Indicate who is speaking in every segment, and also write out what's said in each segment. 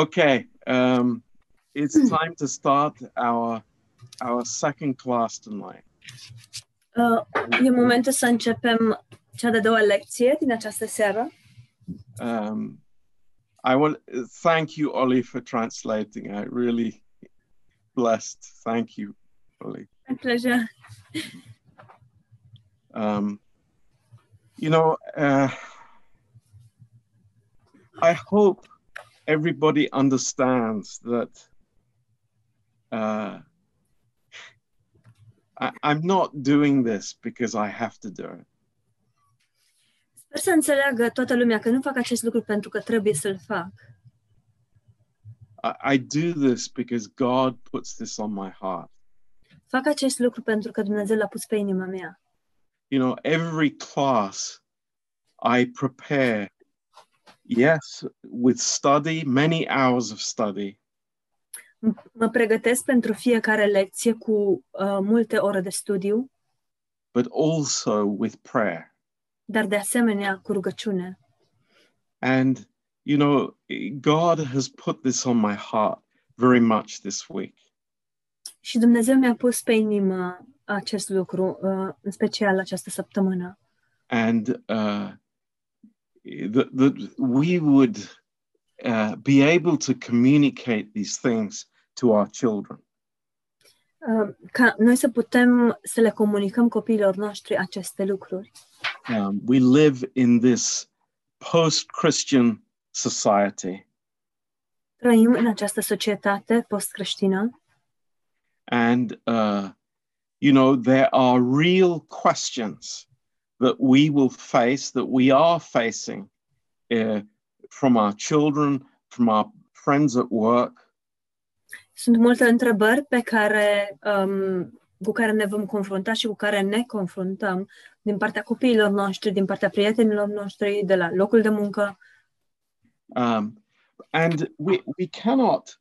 Speaker 1: Okay, um, it's time to start our our second class tonight.
Speaker 2: Uh, e momentul să începem cea de-a doua lecție din această seară.
Speaker 1: Um, I want thank you, Ollie, for translating. I really blessed. Thank you, Ollie.
Speaker 2: My pleasure.
Speaker 1: Um, you know, uh, I hope everybody understands that uh, I, I'm not doing this because I have to do it.
Speaker 2: Sper să înțeleagă toată lumea că nu fac acest lucru pentru că trebuie să-l fac.
Speaker 1: I, I do this because God puts this on my heart.
Speaker 2: Fac acest lucru pentru că Dumnezeu l-a pus pe inima mea.
Speaker 1: You know, every class I prepare, yes, with study, many hours of study,
Speaker 2: M- Mă pregătesc pentru fiecare lecție cu uh, multe ore de studiu,
Speaker 1: but also with prayer.
Speaker 2: dar de asemenea cu rugăciune.
Speaker 1: And, you know, God has put this on my heart very much this week.
Speaker 2: Și Dumnezeu mi-a pus pe inimă acest lucru, uh, în special această săptămână.
Speaker 1: And uh, that, that we would uh, be able to communicate these things to our children.
Speaker 2: Uh, ca noi să putem să le comunicăm copiilor noștri aceste lucruri.
Speaker 1: Um, we live in this post Christian society,
Speaker 2: Trăim în această societate post-creștină
Speaker 1: and, uh, you know, there are real questions that we will face, that we are facing uh, from our children, from our friends at work.
Speaker 2: Sunt multe întrebări pe care, um, cu care ne vom confrunta și cu care ne confruntăm din partea copiilor noștri, din partea prietenilor noștri, de la locul de muncă
Speaker 1: Um, and we, we cannot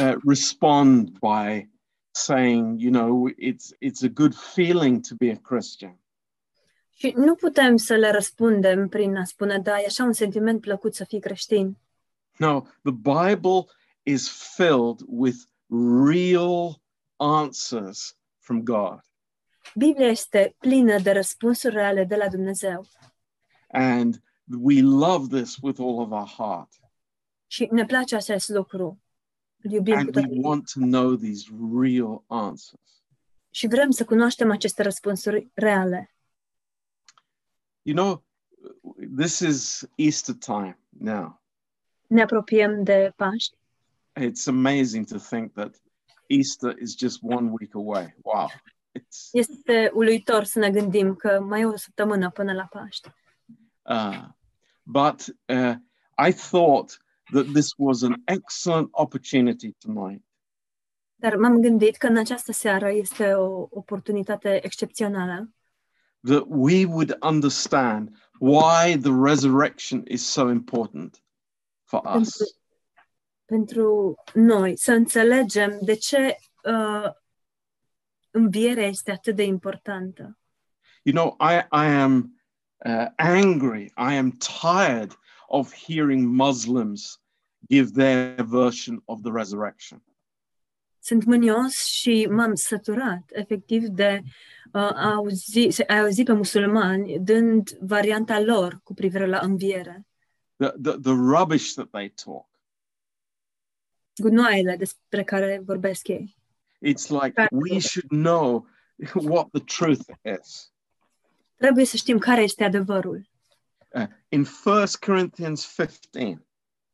Speaker 1: uh, respond by saying, you know, it's, it's a good feeling to be a Christian.
Speaker 2: și nu putem să le răspundem prin a spune, da, e așa un sentiment plăcut să fii creștin.
Speaker 1: No, the Bible is filled with real answers from God.
Speaker 2: Biblia este plină de răspunsuri reale de la Dumnezeu
Speaker 1: And we love this with all of our heart.
Speaker 2: și ne place acest lucru. Îl Iubim cu
Speaker 1: And we
Speaker 2: toată inima.
Speaker 1: want to know these real answers.
Speaker 2: și vrem să cunoaștem aceste răspunsuri reale.
Speaker 1: You know, this is Easter time now.
Speaker 2: ne apropiem de Paști.
Speaker 1: it's amazing to think that Easter is just one week away. Wow. It's
Speaker 2: Este uluitor să ne gândim că mai e o săptămână până la Paști.
Speaker 1: uh, but uh, I thought that this was an excellent opportunity tonight
Speaker 2: Dar m-am gândit că în această seară este o oportunitate excepțională
Speaker 1: that we would understand why the resurrection is so important for us.
Speaker 2: pentru noi să înțelegem de ce uh, învierea este atât de importantă.
Speaker 1: You know, I, I am uh, angry. I am tired of hearing Muslims give their version of the resurrection.
Speaker 2: Sunt mânios și m-am săturat efectiv de uh, a auzi, să- a auzi pe musulmani dând varianta lor cu privire la înviere,
Speaker 1: the, the, the rubbish that they talk.
Speaker 2: gunoaiele despre care vorbesc ei.
Speaker 1: It's like
Speaker 2: Right.
Speaker 1: we should know what the truth is.
Speaker 2: Trebuie să știm care este adevărul.
Speaker 1: Uh, in 1 Corinthians 15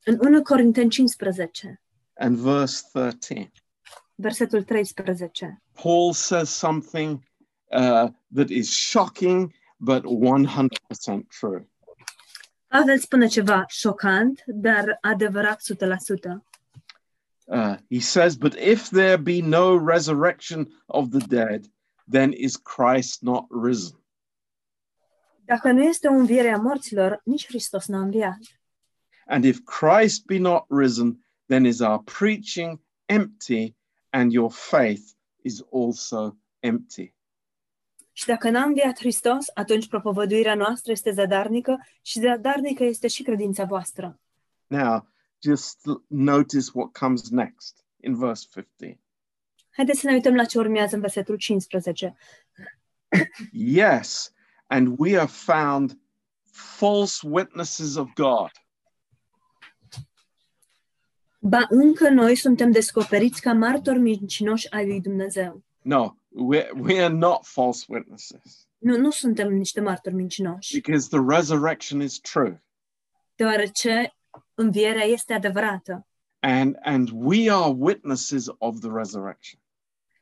Speaker 2: În 1 Corinteni 15,
Speaker 1: and verse 13,
Speaker 2: versetul 13,
Speaker 1: Paul says something uh, that is shocking but 100% true.
Speaker 2: Pavel spune ceva șocant, dar adevărat 100%.
Speaker 1: Uh, he says, But if there be no resurrection of the dead, then is Christ not risen?
Speaker 2: Dacă nu este o înviere a morților, nici Hristos n-a înviat.
Speaker 1: And if Christ be not risen, then is our preaching empty, and your faith is also empty.
Speaker 2: Și dacă n-a înviat Hristos, atunci propovăduirea noastră este zadarnică și zadarnică este și credința voastră.
Speaker 1: Now, just notice what comes next in verse 15.
Speaker 2: Haideți să ne uităm la ce urmează în versetul 15.
Speaker 1: Yes, and we are found false witnesses of God.
Speaker 2: Ba încă noi suntem descoperiți ca martori mincinoși ai lui Dumnezeu.
Speaker 1: No, we're, we are not false witnesses
Speaker 2: Nu, nu suntem niște martori mincinoși,
Speaker 1: because the resurrection is true.
Speaker 2: deoarece învierea este adevărată,
Speaker 1: And, and we are witnesses of the resurrection.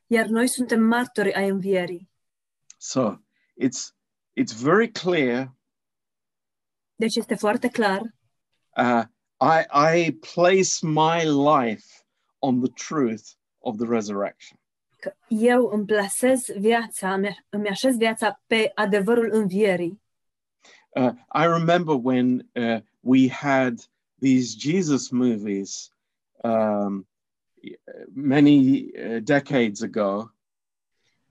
Speaker 2: iar noi suntem martori ai învierii.
Speaker 1: So it's, it's very clear.
Speaker 2: Deci este foarte clar,
Speaker 1: Uh, I, I place my life on the truth of the resurrection.
Speaker 2: că eu îmi plasez viața, îmi- îmi așez viața pe adevărul învierii.
Speaker 1: Uh, I remember when uh, we had these Jesus movies um, many uh, decades ago,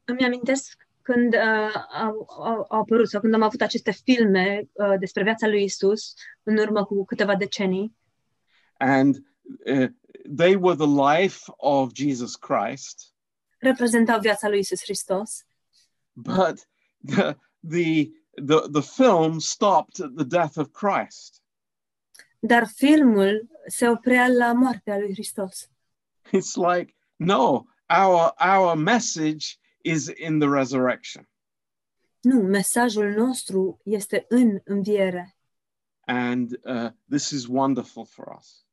Speaker 2: Îmi amintesc când uh, au, au, au apărut sau când am avut aceste filme uh, despre viața lui Isus în urmă cu câteva decenii
Speaker 1: and uh, they were the life of Jesus Christ,
Speaker 2: reprezentau viața lui Isus Hristos,
Speaker 1: but the the the, the film stopped at the death of Christ.
Speaker 2: dar filmul se oprea la moartea lui Hristos.
Speaker 1: It's like no, our our message is in the resurrection,
Speaker 2: Nu, mesajul nostru este în înviere
Speaker 1: and uh, this is wonderful for us.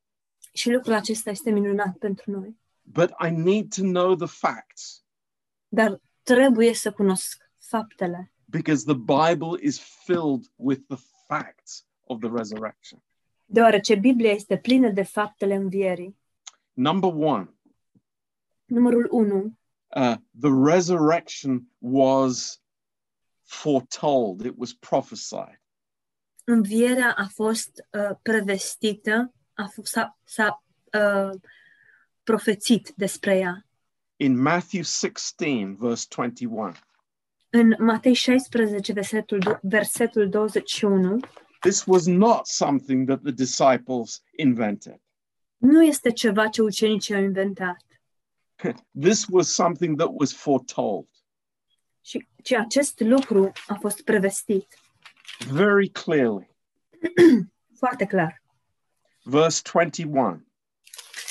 Speaker 2: și lucrul acesta este minunat pentru noi.
Speaker 1: But I need to know the facts.
Speaker 2: Dar trebuie să cunosc faptele,
Speaker 1: because the Bible is filled with the facts of the resurrection.
Speaker 2: deoarece Biblia este plină de faptele învierii.
Speaker 1: Number one,
Speaker 2: Numărul 1.
Speaker 1: uh, the resurrection was foretold, it was prophesied.
Speaker 2: învierea a fost uh, prevestită, a f- s-a, s-a uh, profețit despre ea.
Speaker 1: In Matthew 16, verse 21,
Speaker 2: În Matei 16, versetul, do- versetul 21,
Speaker 1: this was not something that the disciples invented.
Speaker 2: nu este ceva ce ucenicii au inventat,
Speaker 1: This was something that was foretold,
Speaker 2: ci, ci acest lucru a fost prevestit
Speaker 1: very clearly.
Speaker 2: foarte clar.
Speaker 1: Verse 21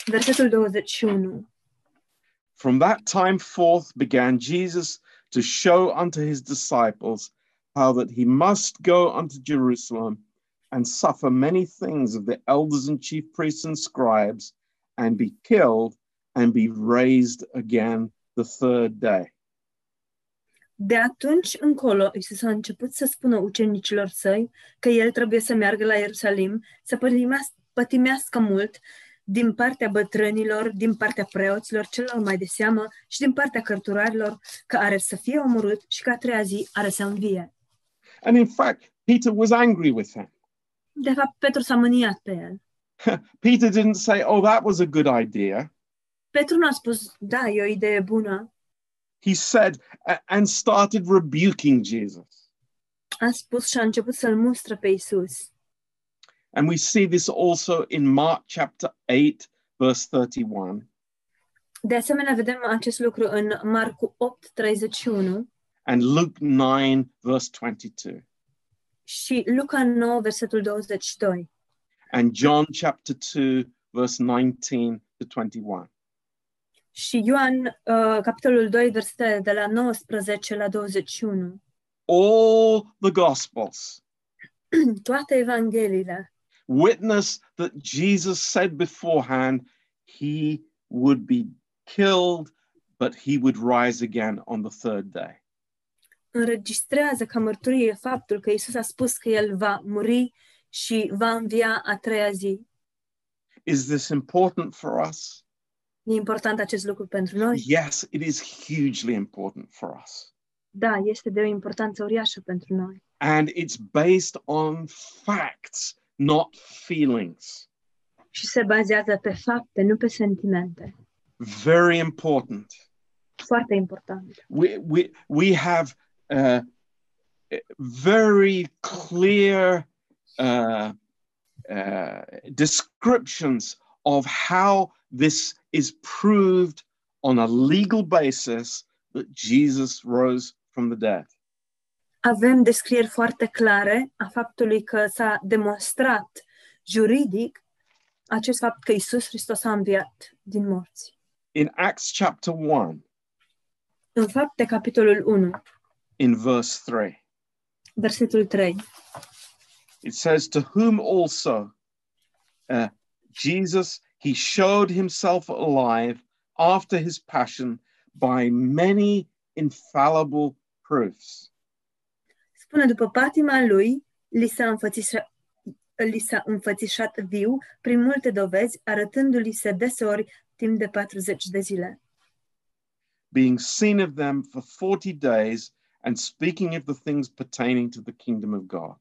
Speaker 2: Versetul 21.
Speaker 1: From that time forth began Jesus to show unto his disciples how that he must go unto Jerusalem and suffer many things of the elders and chief priests and scribes and be killed and be raised again the third day.
Speaker 2: De atunci încolo, Iisus a început să spună ucenicilor săi că el trebuie să meargă la Ierusalim, să pătimeas- pătimească mult din partea bătrânilor, din partea preoților, celor mai de seamă și din partea cărturarilor, că are să fie omorât și că a treia zi are să învie.
Speaker 1: And in fact, Peter was angry with him.
Speaker 2: De fapt, Petru s-a mâniat pe el.
Speaker 1: Peter didn't say, Oh, that was a good idea.
Speaker 2: Petru nu a spus, da, e o idee bună.
Speaker 1: He said, a- and started rebuking Jesus.
Speaker 2: A spus și a început să-l mustră pe Iisus.
Speaker 1: And we see this also in Mark chapter 8, verse 31.
Speaker 2: De asemenea, vedem acest lucru în Marcu 8, 31.
Speaker 1: and Luke 9, verse 22,
Speaker 2: Și Luca 9, versetul 22.
Speaker 1: and John chapter 2, verse 19 to 21.
Speaker 2: Și Ioan, uh, capitolul 2, versetele de la 19 la 21.
Speaker 1: All the Gospels
Speaker 2: Toate evangheliile
Speaker 1: witness that Jesus said beforehand he would be killed, but he would rise again on the third day.
Speaker 2: înregistrează ca mărturie faptul că Isus a spus că El va muri și va învia a treia zi.
Speaker 1: Is this important for us?
Speaker 2: E important acest lucru pentru noi?
Speaker 1: Yes, it is hugely important for us.
Speaker 2: Da, este de o importanță uriașă pentru noi.
Speaker 1: And it's based on facts, not feelings.
Speaker 2: Și se bazează pe fapte, nu pe sentimente.
Speaker 1: Very important.
Speaker 2: Foarte important.
Speaker 1: we we we have uh, very clear uh, uh, descriptions of how this is proved on a legal basis that Jesus rose from the dead.
Speaker 2: Avem descrieri foarte clare a faptului că s-a demonstrat juridic acest fapt că Isus Hristos a înviat din morți.
Speaker 1: In Acts chapter 1,
Speaker 2: În fapte, capitolul 1,
Speaker 1: in verse 3,
Speaker 2: versetul 3,
Speaker 1: it says, To whom also uh, Jesus, he showed himself alive after his passion by many infallible proofs.
Speaker 2: spune după patima lui, li s-a înfățișat li s-a înfățișat viu prin multe dovezi, arătându-li se deseori timp de 40 de zile,
Speaker 1: being seen of them for 40 days and speaking of the things pertaining to the kingdom of God.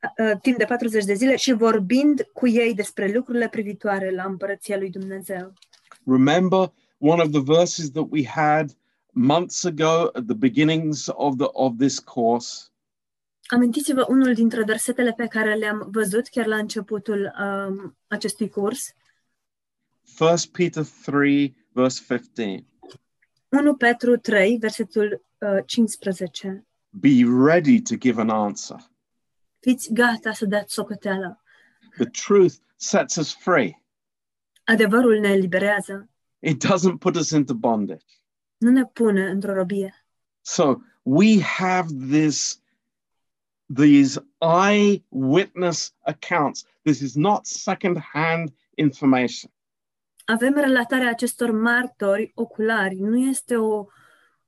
Speaker 2: A- a, timp de 40 de zile și vorbind cu ei despre lucrurile privitoare la împărăția lui Dumnezeu.
Speaker 1: Remember one of the verses that we had months ago at the beginnings of the of this course
Speaker 2: Amintiți-vă unul dintre versetele pe care le-am văzut chiar la începutul um, acestui curs,
Speaker 1: 1 Peter 3 verse 15
Speaker 2: 1 Petru 3, versetul uh, 15.
Speaker 1: be ready to give an answer
Speaker 2: Fiți gata să dați socoteală.
Speaker 1: the truth sets us free
Speaker 2: Adevărul ne eliberează,
Speaker 1: it doesn't put us into bondage
Speaker 2: nu ne pune într-o robie.
Speaker 1: So we have this these eyewitness accounts. This is not secondhand information.
Speaker 2: Avem relatarea acestor martori oculari, nu este o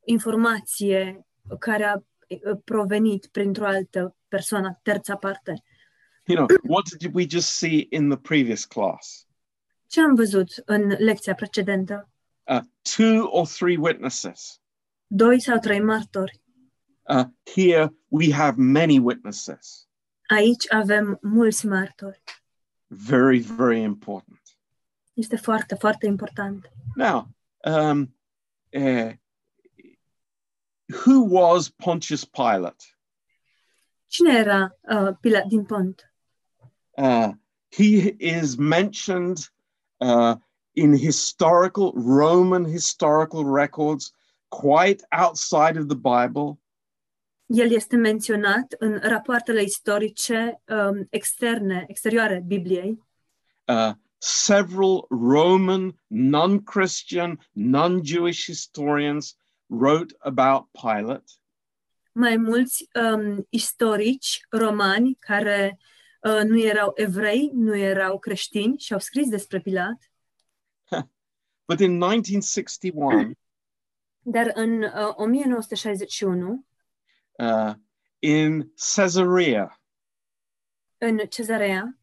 Speaker 2: informație care a uh, provenit printr-o altă persoană, terța parte.
Speaker 1: You know, what did we just see in the previous class?
Speaker 2: Ce am văzut în lecția precedentă?
Speaker 1: Uh, two or three witnesses.
Speaker 2: Doi sau trei martori.
Speaker 1: Uh, here we have many witnesses.
Speaker 2: Aici avem mulți martori.
Speaker 1: Very, very important.
Speaker 2: Este foarte, foarte important.
Speaker 1: Now, um, uh, who was Pontius Pilate?
Speaker 2: Cine era uh, Pilat din Pont?
Speaker 1: Uh, he is mentioned uh, in historical Roman historical records, quite outside of the Bible.
Speaker 2: El este menționat în rapoartele istorice um, externe, exterioare Bibliei.
Speaker 1: Uh, several Roman non-Christian, non-Jewish historians wrote about Pilate.
Speaker 2: Mai mulți um, istorici romani care uh, nu erau evrei, nu erau creștini și au scris despre Pilat.
Speaker 1: But in 1961,
Speaker 2: Dar în uh, 1961,
Speaker 1: uh, in Caesarea,
Speaker 2: în Cezarea,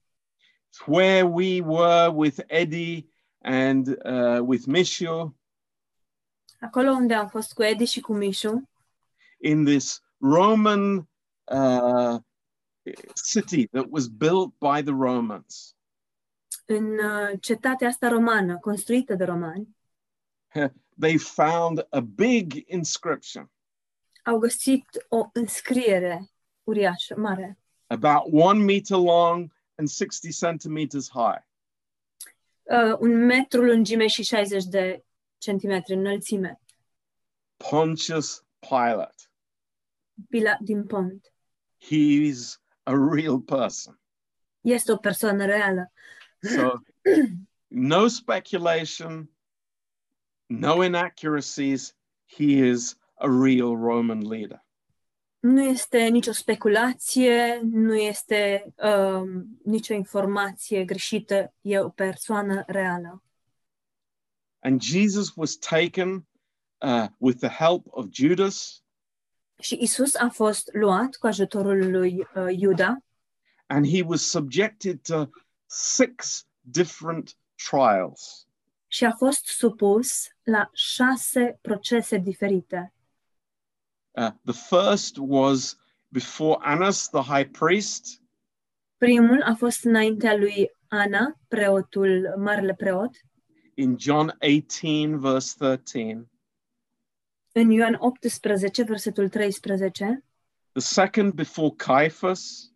Speaker 1: it's where we were with Eddie and uh, with Michio,
Speaker 2: acolo unde am fost cu Edi și cu Mișu,
Speaker 1: in this Roman uh, city that was built by the Romans.
Speaker 2: în uh, cetatea asta romană, construită de romani,
Speaker 1: They found a big inscription,
Speaker 2: au găsit o înscriere uriașă, mare,
Speaker 1: about one meter long and 60 centimeters high.
Speaker 2: uh, un metru lungime și 60 de centimetri înălțime,
Speaker 1: Pontius Pilate.
Speaker 2: Pilat din Pont.
Speaker 1: He's a real person.
Speaker 2: Este o persoană reală.
Speaker 1: So, no speculation, no inaccuracies. He is a real Roman leader.
Speaker 2: Nu este nicio speculație, nu este um, nicio informație greșită, e o persoană reală.
Speaker 1: And Jesus was taken uh, with the help of Judas,
Speaker 2: Și Isus a fost luat cu ajutorul lui uh, Iuda
Speaker 1: and he was subjected to six different trials.
Speaker 2: și a fost supus la șase procese diferite.
Speaker 1: Uh, the first was before Annas, the high priest.
Speaker 2: Primul a fost înaintea lui Ana, preotul, marele preot,
Speaker 1: In John 18, verse 13.
Speaker 2: în Ioan 18, versetul 13,
Speaker 1: The second before Caiaphas,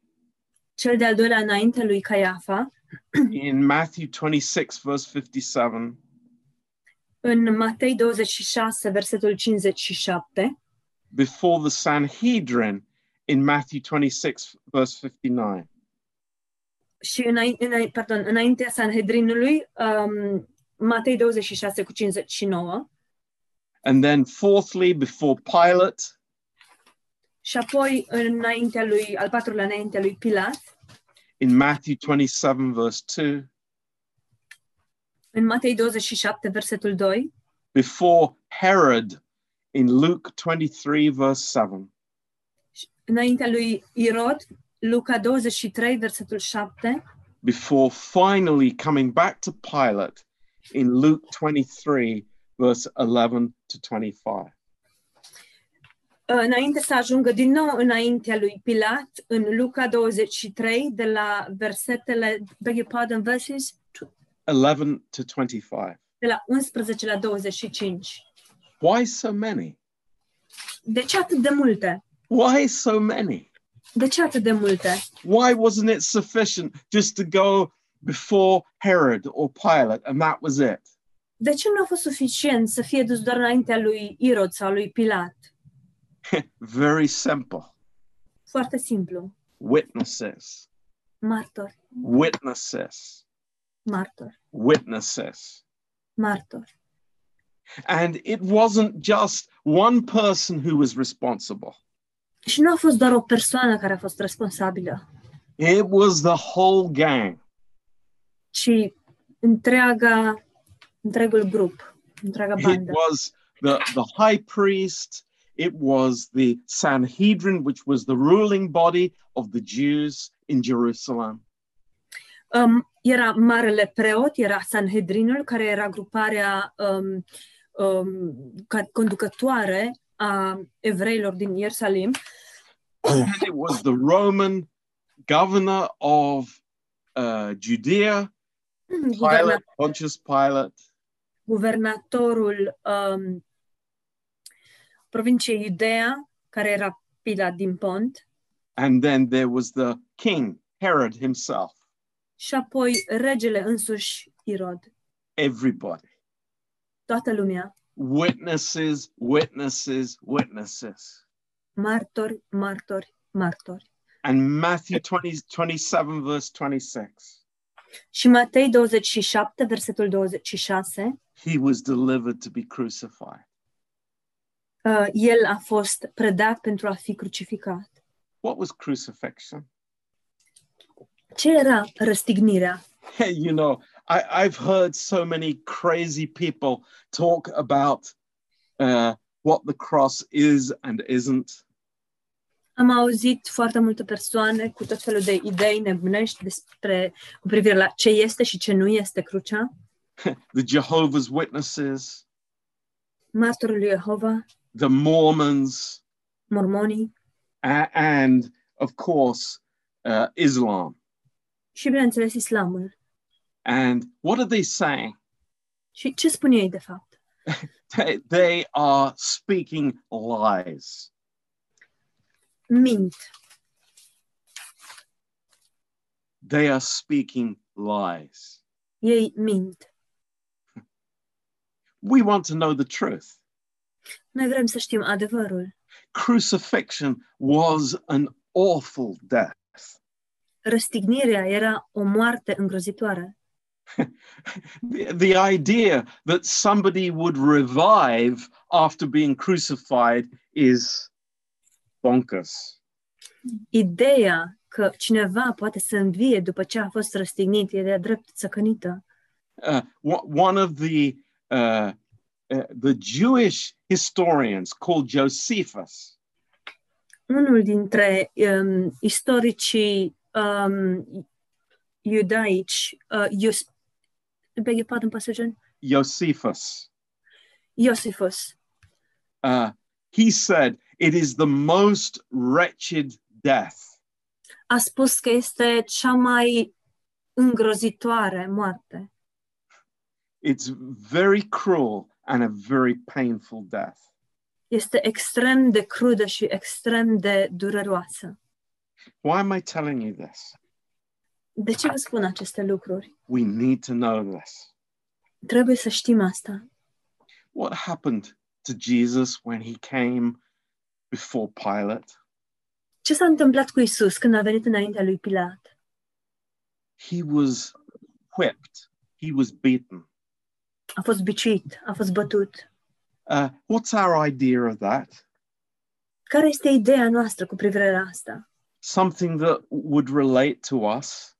Speaker 2: cel de-al doilea înainte lui Caiafa,
Speaker 1: in Matthew 26, verse 57,
Speaker 2: În Matei 26, versetul 57,
Speaker 1: before the Sanhedrin in Matthew 26, verse 59.
Speaker 2: și înainte, înainte, pardon, înaintea Sanhedrinului, um, Matei 26 cu 59,
Speaker 1: And then, fourthly, before Pilate,
Speaker 2: și apoi înaintea lui, al patrulea înaintea lui Pilat,
Speaker 1: in Matthew 27, verse 2,
Speaker 2: în Matei 27, versetul 2,
Speaker 1: before Herod, in Luke 23, verse 7.
Speaker 2: înaintea lui Irod, Luca 23, versetul 7,
Speaker 1: before finally coming back to Pilate in Luke 23, verse 11 to 25.
Speaker 2: Uh, înainte să ajungă din nou înaintea lui Pilat, în Luca 23, de la versetele, beg your pardon, verses,
Speaker 1: 11 to 25.
Speaker 2: de la 11 la 25.
Speaker 1: Why so many?
Speaker 2: De ce atât de multe?
Speaker 1: Why so many?
Speaker 2: De ce atât de multe?
Speaker 1: Why wasn't it sufficient just to go before Herod or Pilate and that was it?
Speaker 2: De ce nu a fost suficient să fie dus doar înaintea lui Irod sau lui Pilat?
Speaker 1: Very simple.
Speaker 2: Foarte simplu.
Speaker 1: Witnesses,
Speaker 2: Martor,
Speaker 1: witnesses,
Speaker 2: martor,
Speaker 1: witnesses.
Speaker 2: martor.
Speaker 1: And it wasn't just one person who was responsible.
Speaker 2: Și nu a fost doar o persoană care a fost responsabilă,
Speaker 1: It was the whole gang.
Speaker 2: ci întreaga, întregul grup, întreaga
Speaker 1: it
Speaker 2: bandă.
Speaker 1: was the, the high priest it was the sanhedrin which was the ruling body of the jews in jerusalem
Speaker 2: Um, era marele preot, era Sanhedrinul, care era gruparea um, um, ca- conducătoare a evreilor din Ierusalim
Speaker 1: and it was the roman governor of uh, judea
Speaker 2: guverna-
Speaker 1: pilate pontius pilate
Speaker 2: guvernatorul um, provinciei Iudea, care era Pilat din Pont,
Speaker 1: and then there was the king herod himself
Speaker 2: și apoi regele însuși Irod.
Speaker 1: everybody
Speaker 2: Toată lumea,
Speaker 1: witnesses witnesses witnesses
Speaker 2: martori, martori, martori.
Speaker 1: and matthew 20, 27 verse 26
Speaker 2: Și Matei 27, versetul 26,
Speaker 1: he was delivered to be crucified
Speaker 2: uh, el a fost predat pentru a fi crucificat.
Speaker 1: what was crucifixion?
Speaker 2: Ce era răstignirea?
Speaker 1: you know, I, I've heard so many crazy people talk about uh, what the cross is and isn't.
Speaker 2: Am auzit foarte multe persoane cu tot felul de idei nebunești despre cu privire la ce este și ce nu este crucea,
Speaker 1: The Jehovah's Witnesses,
Speaker 2: martorul lui Jehova,
Speaker 1: the Mormons,
Speaker 2: mormonii
Speaker 1: a- and of course, uh, Islam.
Speaker 2: și, bineînțeles, islamul.
Speaker 1: And what are they saying?
Speaker 2: Și ce spun ei, de fapt?
Speaker 1: They, they are speaking lies.
Speaker 2: Mint.
Speaker 1: They are speaking lies.
Speaker 2: Ei mint.
Speaker 1: We want to know the truth.
Speaker 2: Noi vrem să știm adevărul.
Speaker 1: Crucifixion was an awful death.
Speaker 2: Răstignirea era o moarte îngrozitoare.
Speaker 1: the, the idea that somebody would revive after being crucified is bonkers.
Speaker 2: Ideea că cineva poate să învie după ce a fost răstignit e de-a drept țăcănită.
Speaker 1: Uh, wh- one of the uh, uh, the Jewish historians called Josephus,
Speaker 2: Unul dintre um, istoricii um, iudaici, uh, Ius, beg your pardon, Pastor John?
Speaker 1: Josephus,
Speaker 2: Iosifus,
Speaker 1: uh, he said it is the most wretched death.
Speaker 2: a spus că este cea mai îngrozitoare moarte.
Speaker 1: It's very cruel and a very painful death.
Speaker 2: este extrem de crudă și extrem de dureroasă.
Speaker 1: Why am I telling you this?
Speaker 2: De ce vă spun aceste lucruri?
Speaker 1: We need to know this.
Speaker 2: Trebuie să știm asta.
Speaker 1: What happened to Jesus when he came before Pilate?
Speaker 2: Ce s-a întâmplat cu Isus când a venit înaintea lui Pilat?
Speaker 1: He was whipped, he was beaten.
Speaker 2: A fost biciuit, a fost bătut.
Speaker 1: Uh, what's our idea of that?
Speaker 2: Care este ideea noastră cu privire la asta?
Speaker 1: Something that would relate to us,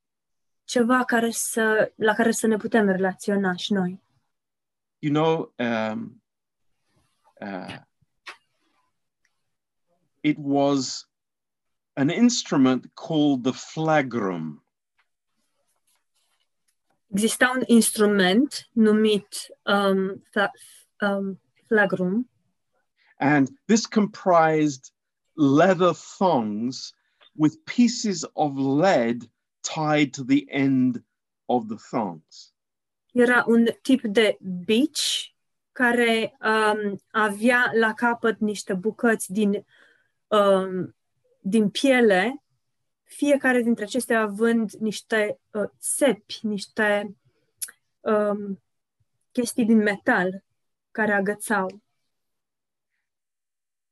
Speaker 2: Ceva care să, la care să ne putem relaționa și noi.
Speaker 1: you know. Um, uh, it was an instrument called the flagrum.
Speaker 2: Exista un instrument numit um, fla, um, flagrum
Speaker 1: And this comprised leather thongs with pieces of lead tied to the end of the thongs.
Speaker 2: Era un tip de bici care um, avea la capăt niște bucăți din, um, din piele, fiecare dintre acestea având niște uh, țepi, niște um, chestii din metal care agățau.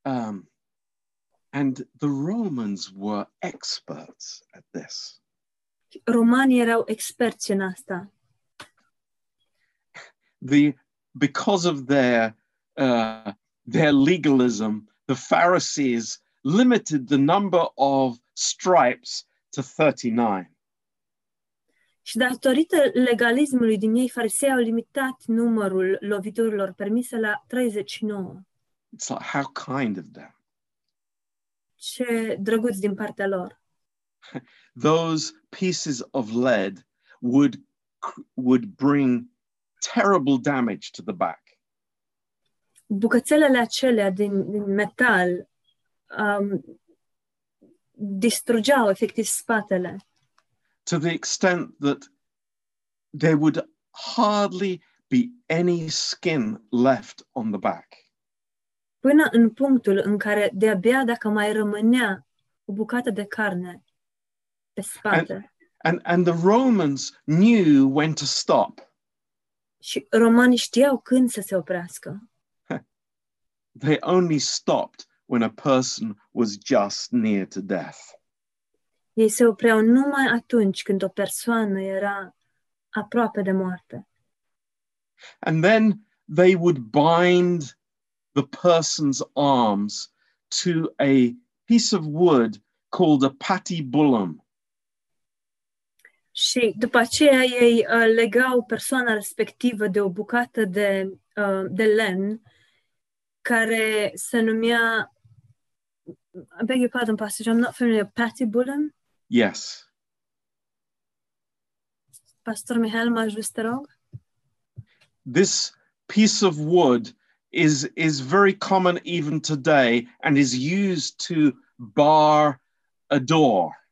Speaker 1: Um, and the Romans were experts at this.
Speaker 2: Romanii erau experți în asta.
Speaker 1: The, because of their, uh, their legalism, the Pharisees limited the number of stripes to 39.
Speaker 2: Și datorită legalismului din ei, farisei au limitat numărul loviturilor permise la 39.
Speaker 1: It's like, how kind of them.
Speaker 2: Ce drăguț din partea lor.
Speaker 1: those pieces of lead would cr- would bring terrible damage to the back
Speaker 2: Bucățelele acelea din, din metal um, distrugeau efectiv spatele,
Speaker 1: to the extent that there would hardly be any skin left on the back
Speaker 2: până în punctul în care de-abia dacă mai rămânea o bucată de carne pe spate.
Speaker 1: and and the romans knew when to stop
Speaker 2: Și romanii știau când să se oprească.
Speaker 1: they only stopped when a person was just near to death
Speaker 2: Ei se opreau numai atunci când o persoană era aproape de moarte.
Speaker 1: and then they would bind the person's arms to a piece of wood called a patibulum.
Speaker 2: Și după aceea ei uh, legau persoana respectivă de o bucată de, uh, de lemn care se numea I beg your pardon, Pastor, John, I'm not familiar. Patibulum?
Speaker 1: Yes.
Speaker 2: Pastor Mihail, m-aș vrea să te rog?
Speaker 1: This piece of wood is, is very common even today and is used to bar a door.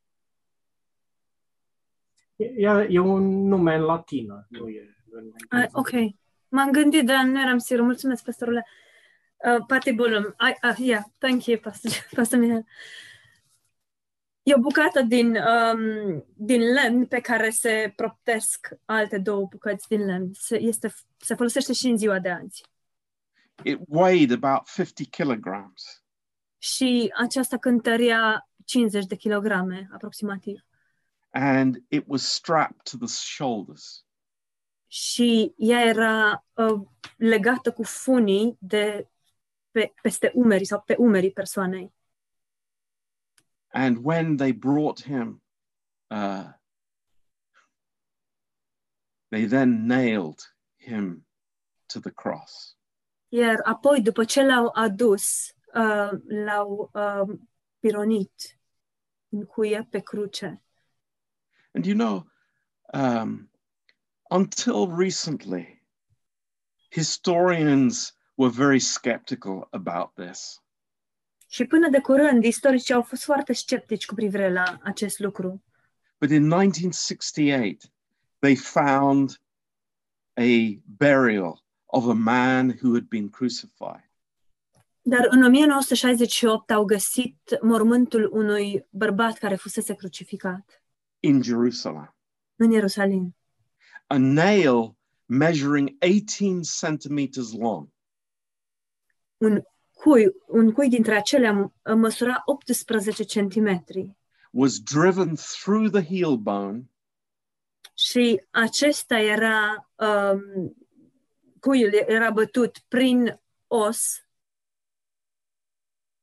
Speaker 3: E, e un nume în latină, nu e...
Speaker 2: I, Ah, ok. M-am gândit, dar nu eram sigur. Mulțumesc, pastorule. Uh, patibulum. I, uh, yeah, thank you, pastor, pastor Mihail. E o bucată din, um, din lemn pe care se proptesc alte două bucăți din lemn. Se, este, se folosește și în ziua de azi.
Speaker 1: It weighed about 50 kilograms.
Speaker 2: Și aceasta cântărea 50 de kilograme, aproximativ.
Speaker 1: And it was strapped to the shoulders.
Speaker 2: Și ea era uh, legată cu funii de pe, peste umeri sau pe umerii persoanei.
Speaker 1: And when they brought him, uh, they then nailed him to the cross.
Speaker 2: Iar apoi, după ce l-au adus, uh, l-au uh, pironit în cuie pe cruce.
Speaker 1: And you know, um, until recently, historians were very skeptical about this.
Speaker 2: Și până de curând, istoricii au fost foarte sceptici cu privire la acest lucru.
Speaker 1: But in 1968, they found a burial of a man who had been crucified.
Speaker 2: Dar în 1968 au găsit mormântul unui bărbat care fusese crucificat
Speaker 1: in Jerusalem.
Speaker 2: în Ierusalim.
Speaker 1: A nail measuring 18 centimeters long
Speaker 2: Cui, un cui dintre acelea m- măsura 18 centimetri
Speaker 1: was driven through the heel bone
Speaker 2: și acesta era, um, cuiul era bătut prin os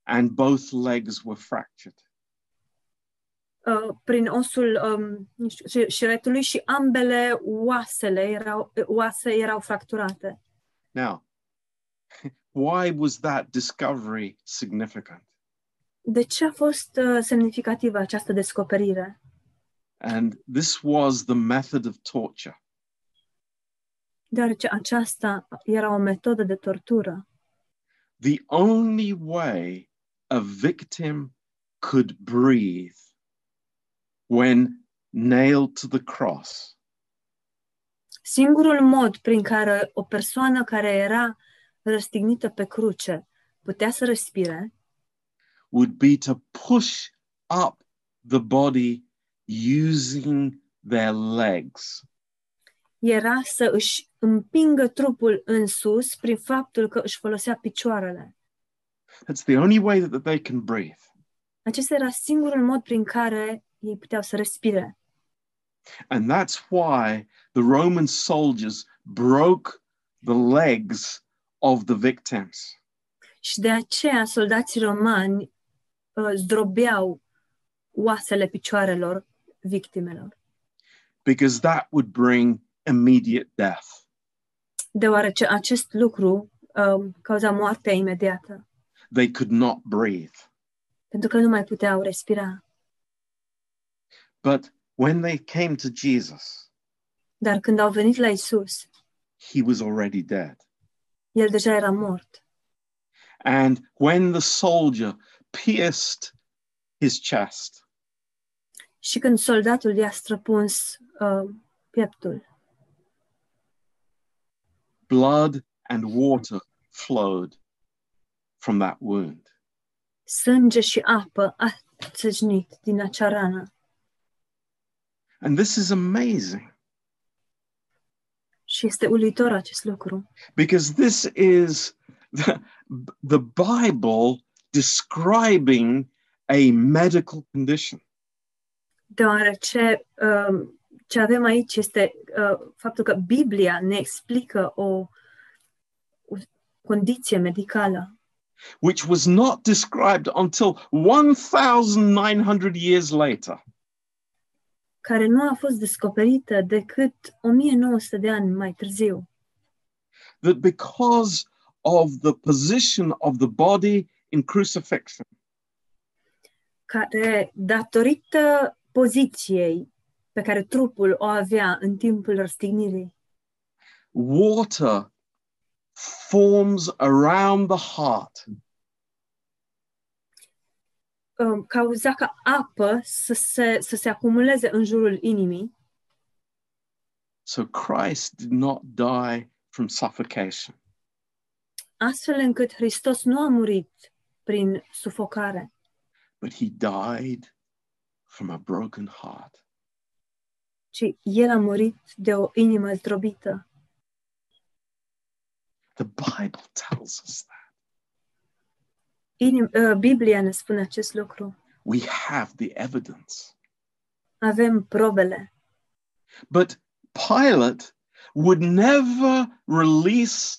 Speaker 1: and both legs were fractured.
Speaker 2: uh, prin osul um, nu știu, și- șiretului și ambele oasele erau, oase erau fracturate.
Speaker 1: Now, why was that discovery significant?
Speaker 2: De ce a fost uh, semnificativă această descoperire?
Speaker 1: And this was the method of torture.
Speaker 2: Deoarece aceasta era o metodă de tortură.
Speaker 1: The only way a victim could breathe when nailed to the cross
Speaker 2: Singurul mod prin care o persoană care era răstignită pe cruce putea să respire
Speaker 1: would be to push up the body using their legs.
Speaker 2: era să își împingă trupul în sus prin faptul că își folosea picioarele.
Speaker 1: That's the only way that they can breathe.
Speaker 2: Acesta era singurul mod prin care ei puteau să respire.
Speaker 1: And that's why the Roman soldiers broke the legs of the victims.
Speaker 2: Și de aceea soldații romani uh, zdrobeau oasele picioarelor victimelor,
Speaker 1: because that would bring immediate death.
Speaker 2: deoarece acest lucru um, cauza moartea imediată,
Speaker 1: They could not breathe.
Speaker 2: pentru că nu mai puteau respira.
Speaker 1: But when they came to Jesus,
Speaker 2: Dar când au venit la Isus,
Speaker 1: he was already dead.
Speaker 2: el deja era mort.
Speaker 1: And when the soldier pierced his chest,
Speaker 2: Și când soldatul i-a străpuns uh, pieptul,
Speaker 1: blood and water flowed from that wound.
Speaker 2: sânge și apă a țâșnit din acea rană.
Speaker 1: And this is amazing
Speaker 2: Și este uluitor acest lucru,
Speaker 1: because this is the, the Bible describing a medical condition.
Speaker 2: deoarece uh, ce avem aici este uh, faptul că Biblia ne explică o, o condiție medicală
Speaker 1: which was not described until 1900 years later.
Speaker 2: care nu a fost descoperită decât 1900 de ani mai târziu,
Speaker 1: That because of the position of the body in crucifixion,
Speaker 2: care, datorită poziției pe care trupul o avea în timpul răstignirii,
Speaker 1: water forms around the heart
Speaker 2: um, cauza ca apă să se, să se acumuleze în jurul inimii,
Speaker 1: so Christ did not die from suffocation.
Speaker 2: astfel încât Hristos nu a murit prin sufocare,
Speaker 1: But he died from a broken heart.
Speaker 2: ci El a murit de o inimă zdrobită.
Speaker 1: The Bible tells us that.
Speaker 2: Inim, uh, Biblia ne spune acest lucru.
Speaker 1: We have the evidence.
Speaker 2: Avem probele.
Speaker 1: But Pilate would never release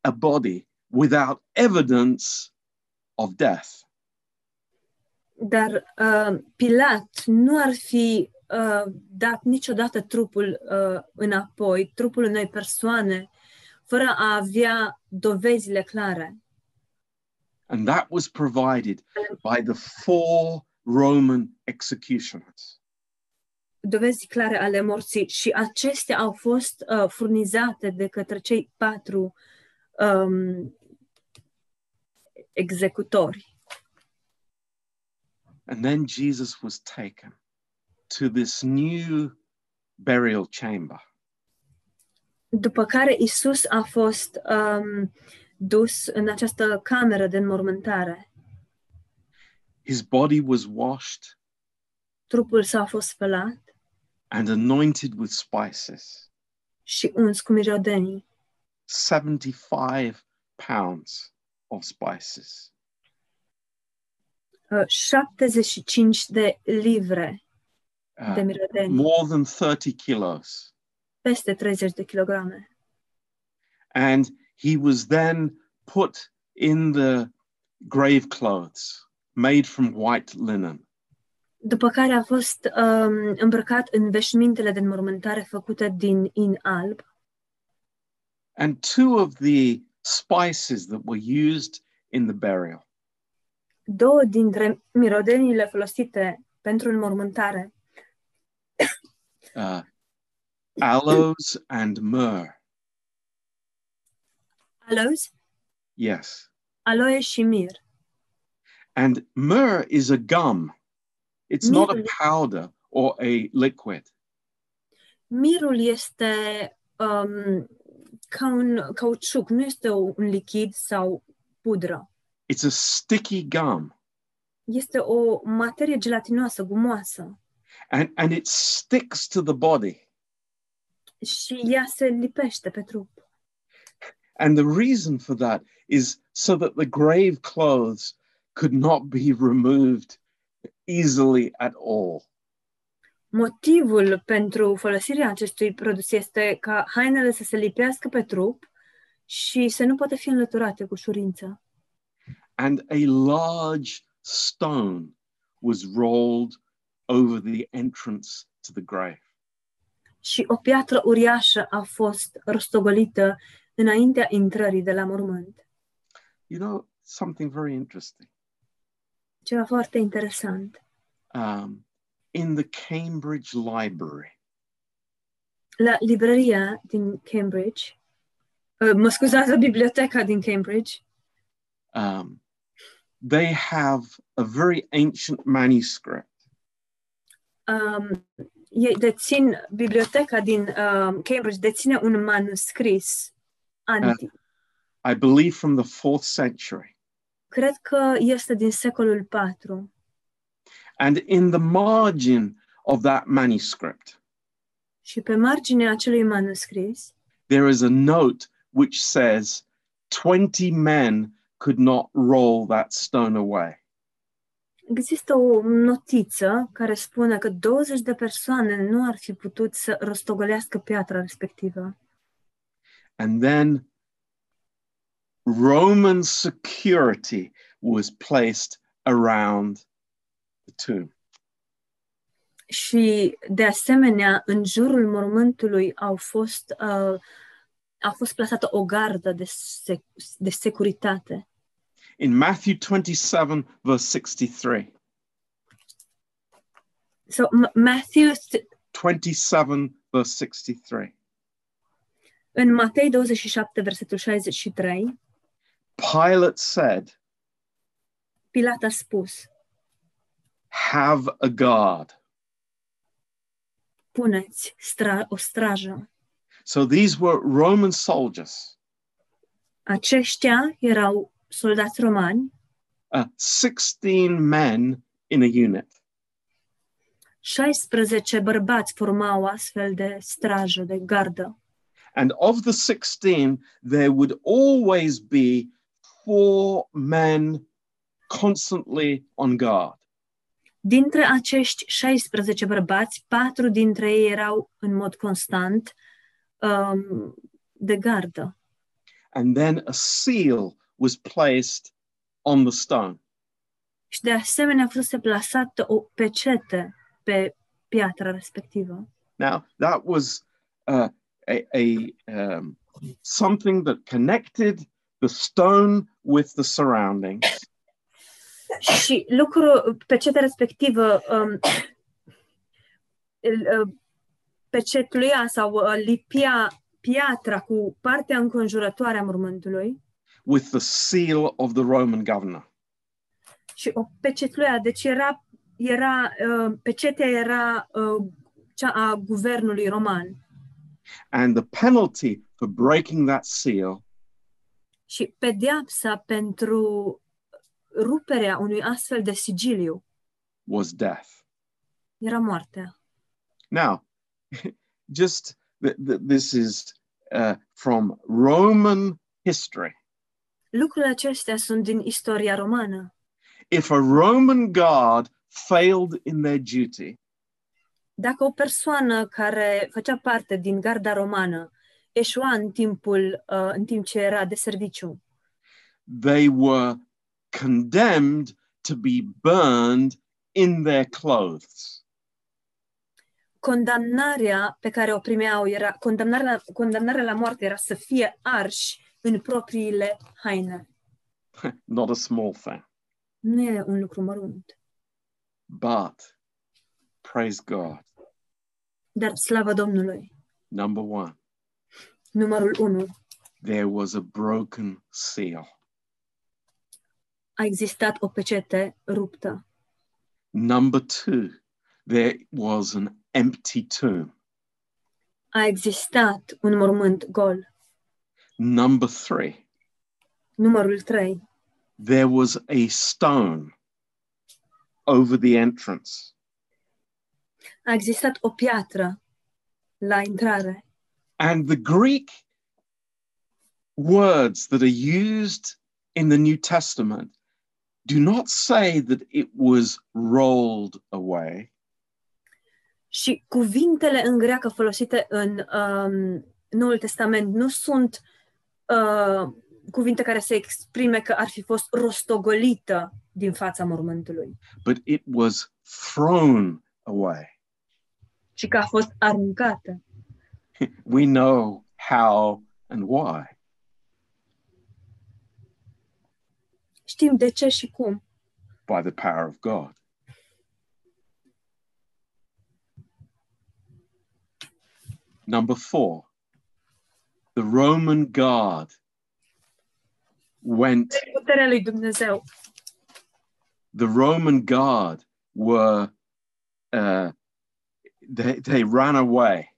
Speaker 1: a body without evidence of death.
Speaker 2: Dar uh, Pilat nu ar fi uh, dat niciodată trupul uh, înapoi, trupul unei persoane, fără a avea dovezile clare.
Speaker 1: And that was provided by the four Roman executioners.
Speaker 2: dovezi clare ale morții și acestea au fost uh, furnizate de către cei patru um, executori.
Speaker 1: And then Jesus was taken to this new burial chamber.
Speaker 2: După care Isus a fost um, dus în această cameră de înmormântare.
Speaker 1: His body was washed,
Speaker 2: Trupul s-a fost spălat,
Speaker 1: and anointed with spices,
Speaker 2: și uns cu mirodenii,
Speaker 1: 75 pounds of spices.
Speaker 2: uh, 75 de livre
Speaker 1: Uh,
Speaker 2: de mirodenii,
Speaker 1: more than 30 kilos.
Speaker 2: peste 30 de kilograme.
Speaker 1: And he was then put in the grave clothes made from white linen.
Speaker 2: După care a fost um, îmbrăcat în veșmintele de înmormântare făcute din in alb
Speaker 1: And two of the spices that were used in the burial
Speaker 2: două dintre mirodeniile folosite pentru înmormântare,
Speaker 1: uh, aloes and myrrh.
Speaker 2: aloes,
Speaker 1: Yes.
Speaker 2: aloe și mir.
Speaker 1: And myrrh is a gum, it's not a
Speaker 2: Myrrh.
Speaker 1: powder or a liquid.
Speaker 2: Mirul este um, ca un cauciuc, nu este un lichid sau pudră.
Speaker 1: It's a sticky gum
Speaker 2: Este o materie gelatinoasă, gumoasă
Speaker 1: and, and it sticks to the body.
Speaker 2: și ea se lipește pe trup.
Speaker 1: And the reason for that is so that the grave clothes could not be removed easily at all.
Speaker 2: Motivul pentru folosirea acestui produs este ca hainele să se lipească pe trup și să nu poată fi înlăturate cu ușurință.
Speaker 1: And a large stone was rolled over the entrance to the grave.
Speaker 2: și o piatră uriașă a fost rostogolită înaintea intrării de la mormânt.
Speaker 1: You know, something very interesting.
Speaker 2: Ceva foarte interesant.
Speaker 1: Um, in the Cambridge Library,
Speaker 2: La librăria din Cambridge, uh, mă scuzați, la biblioteca din Cambridge,
Speaker 1: um, they have a very ancient manuscript
Speaker 2: um, ei dețin, biblioteca din um, Cambridge deține un manuscris antic.
Speaker 1: I believe from the fourth century.
Speaker 2: Cred că este din secolul IV.
Speaker 1: And in the margin of that manuscript,
Speaker 2: Și pe marginea acelui manuscris
Speaker 1: there is a note which says 20 men could not roll that stone away.
Speaker 2: Există o notiță care spune că 20 de persoane nu ar fi putut să rostogolească piatra respectivă.
Speaker 1: And then Roman security was placed around the tomb.
Speaker 2: Și, de asemenea, în jurul mormântului au fost, uh, a fost plasată o gardă de, sec- de securitate.
Speaker 1: In Matthew 27, verse 63,
Speaker 2: So, M- Matthew,
Speaker 1: 27, verse 63,
Speaker 2: în Matei 27, versetul 63,
Speaker 1: Pilate said,
Speaker 2: Pilat a spus,
Speaker 1: Have a guard.
Speaker 2: puneți stra- o strajă.
Speaker 1: So these were Roman soldiers.
Speaker 2: Aceștia erau soldați romani,
Speaker 1: uh, 16 men in a unit.
Speaker 2: 16 bărbați formau astfel de strajă, de gardă.
Speaker 1: And of the 16, there would always be four men constantly on guard.
Speaker 2: Dintre acești 16 bărbați, patru dintre ei erau în mod constant um, de gardă.
Speaker 1: And then a seal was placed on the stone.
Speaker 2: Și de asemenea fusese plasată o pecete pe piatra respectivă.
Speaker 1: Now, that was uh, a, a, um, something that connected the stone with the surroundings.
Speaker 2: Da, Și lucrul, peceta respectivă, um, îl, uh, pecetluia sau uh, lipia piatra cu partea înconjurătoare a mormântului
Speaker 1: With the seal of the Roman governor.
Speaker 2: și o pecetluia, deci era, era uh, pecetea era uh, cea a guvernului roman
Speaker 1: And the penalty for breaking that seal
Speaker 2: și pedeapsa pentru ruperea unui astfel de sigiliu
Speaker 1: was death.
Speaker 2: era moartea.
Speaker 1: Now, just th- th- this is uh, from Roman history.
Speaker 2: Lucrurile acestea sunt din istoria romană.
Speaker 1: If a Roman guard failed in their duty,
Speaker 2: Dacă o persoană care făcea parte din garda romană eșua în timpul uh, în timp ce era de serviciu,
Speaker 1: they were condemned to be burned in their clothes.
Speaker 2: condamnarea pe care o primeau era condamnarea la, condamnarea la moarte era să fie arși în propriile haine.
Speaker 1: Not a small thing,
Speaker 2: Nu e un lucru mărunt,
Speaker 1: but praise God.
Speaker 2: dar slavă Domnului.
Speaker 1: Number one,
Speaker 2: Numărul 1.
Speaker 1: there was a broken seal.
Speaker 2: A existat o pecete ruptă.
Speaker 1: Number two, there was an empty tomb.
Speaker 2: A existat un mormânt gol.
Speaker 1: Number three,
Speaker 2: Numărul 3.
Speaker 1: there was a stone over the entrance.
Speaker 2: A existat o piatră la intrare.
Speaker 1: And the Greek words that are used in the New Testament do not say that it was rolled away,
Speaker 2: Și cuvintele în greacă folosite în um, Noul Testament nu sunt uh, cuvinte care se exprime că ar fi fost rostogolită din fața mormântului,
Speaker 1: but it was thrown away.
Speaker 2: ci că a fost aruncată.
Speaker 1: We know how and why.
Speaker 2: Știm de ce și cum.
Speaker 1: by the power of God. Number four, the Roman guard went,
Speaker 2: Puterea lui Dumnezeu.
Speaker 1: the Roman guard were, uh, they, they ran away.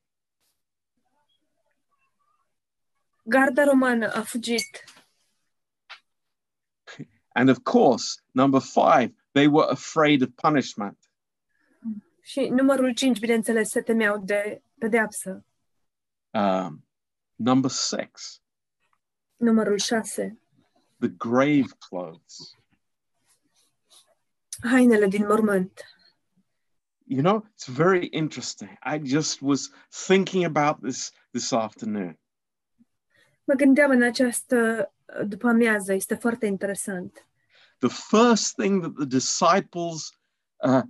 Speaker 2: Garda romană a fugit.
Speaker 1: And of course, number five, they were afraid of punishment.
Speaker 2: Și numărul 5, bineînțeles, se temeau de pedeapsă.
Speaker 1: Um, number six,
Speaker 2: Numărul 6.
Speaker 1: the grave clothes.
Speaker 2: Hainele din mormânt.
Speaker 1: You know, it's very interesting. I just was thinking about this this afternoon.
Speaker 2: Mă gândeam în această după amiază, este foarte interesant.
Speaker 1: The first thing that the disciples uh,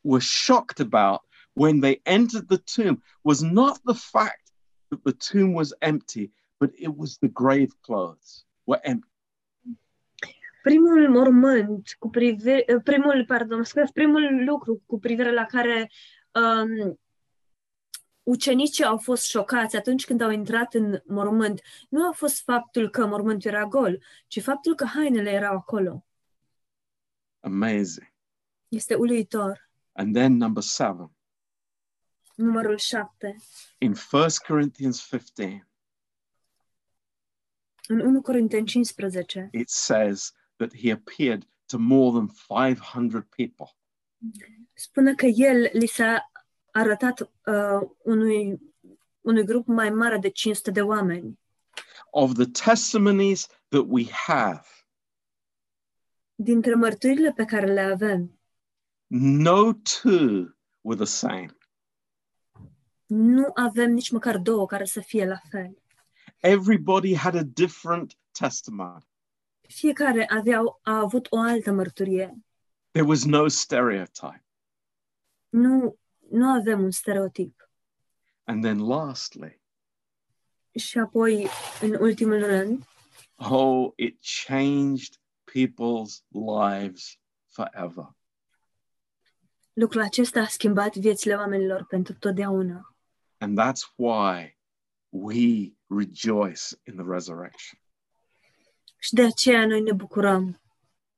Speaker 1: were shocked about when they entered the tomb was not the fact that the tomb was empty, but it was the grave clothes were empty.
Speaker 2: primul mormânt cu privire, primul, pardon, mă scuzați, primul lucru cu privire la care um, ucenicii au fost șocați atunci când au intrat în mormânt, nu a fost faptul că mormântul era gol, ci faptul că hainele erau acolo.
Speaker 1: Amazing.
Speaker 2: Este uluitor.
Speaker 1: And then number seven
Speaker 2: Numărul șapte.
Speaker 1: in First Corinthians 15,
Speaker 2: În 1 Corinteni 15
Speaker 1: it says that he appeared to more than 500 people.
Speaker 2: spune că el li s-a arătat uh, unui, unui grup mai mare de 500 de oameni.
Speaker 1: Of the testimonies that we have,
Speaker 2: Dintre mărturile pe care le avem,
Speaker 1: no two were the same.
Speaker 2: nu avem nici măcar două care să fie la fel.
Speaker 1: Everybody had a different testimony.
Speaker 2: Fiecare aveau, a avut o altă mărturie.
Speaker 1: There was no stereotype.
Speaker 2: Nu, nu avem un stereotip.
Speaker 1: And then lastly,
Speaker 2: Și apoi, în ultimul rând,
Speaker 1: oh, it changed people's lives forever.
Speaker 2: lucrul acesta a schimbat viețile oamenilor pentru totdeauna.
Speaker 1: And that's why we rejoice in the resurrection.
Speaker 2: Și de aceea noi ne bucurăm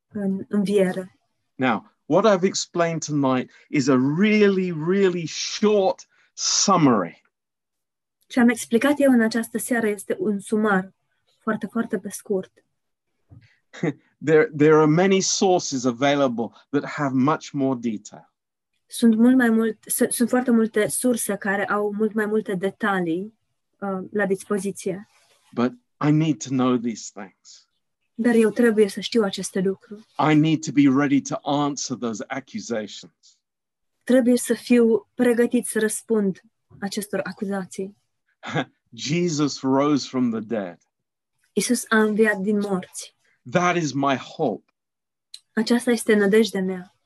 Speaker 2: în înviere.
Speaker 1: Now, what I've explained tonight is a really, really short summary
Speaker 2: Ce am explicat eu în această seară este un sumar, foarte, foarte pe scurt.
Speaker 1: there, there are many sources available that have much more detail.
Speaker 2: sunt mult mai mult, s- sunt foarte multe surse care au mult mai multe detalii uh, la dispoziție,
Speaker 1: but I need to know these things.
Speaker 2: dar eu trebuie să știu aceste lucruri.
Speaker 1: I need to be ready to answer those accusations.
Speaker 2: Trebuie să fiu pregătit să răspund acestor acuzații.
Speaker 1: Jesus rose from the dead.
Speaker 2: Isus a înviat din morți.
Speaker 1: That is my hope.
Speaker 2: Aceasta este nădejdea mea.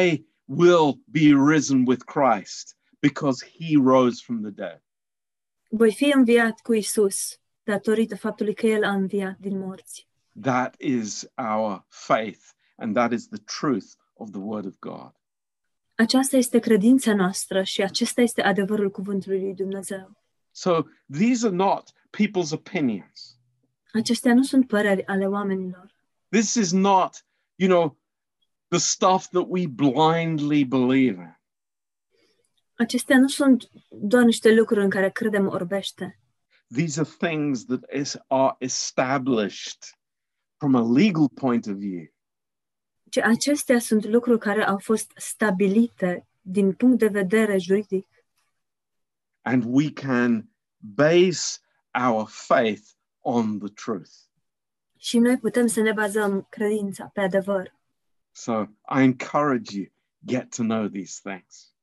Speaker 1: I will be risen with Christ because he rose from the dead.
Speaker 2: Voi fi înviat cu Isus datorită faptului că El a înviat din morți.
Speaker 1: That is our faith, and that is the truth of the Word of God.
Speaker 2: Aceasta este credința noastră și acesta este adevărul cuvântului lui Dumnezeu.
Speaker 1: So these are not people's opinions.
Speaker 2: Acestea nu sunt păreri ale oamenilor.
Speaker 1: This is not, you know, the stuff that we blindly believe in.
Speaker 2: Acestea nu sunt doar niște lucruri în care credem orbește.
Speaker 1: These are things that is, are established from a legal point of view.
Speaker 2: Ci acestea sunt lucruri care au fost stabilite din punct de vedere juridic
Speaker 1: and we can base our faith on the truth.
Speaker 2: și noi putem să ne bazăm credința pe adevăr.
Speaker 1: So I encourage you get to know these things.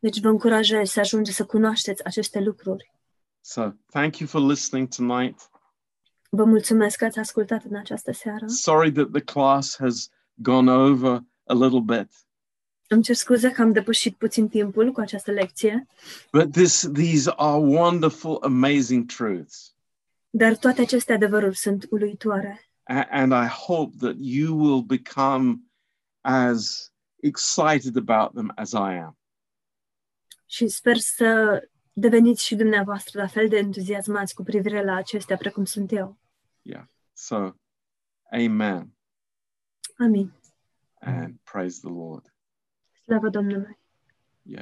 Speaker 2: Deci vă încurajez să ajungeți să cunoașteți aceste lucruri.
Speaker 1: So thank you for listening tonight.
Speaker 2: Vă mulțumesc că ați ascultat în această seară.
Speaker 1: Sorry that the class has gone over a little bit,
Speaker 2: Îmi cer scuze că am depășit puțin timpul cu această lecție,
Speaker 1: but this these are wonderful amazing truths.
Speaker 2: dar toate aceste adevăruri sunt uluitoare
Speaker 1: A- And I hope that you will become as excited about them as I am.
Speaker 2: și sper să deveniți și dumneavoastră la fel de entuziasmați cu privire la acestea precum sunt eu.
Speaker 1: So amen
Speaker 2: Amin.
Speaker 1: and praise the Lord.
Speaker 2: Slavă Domnului!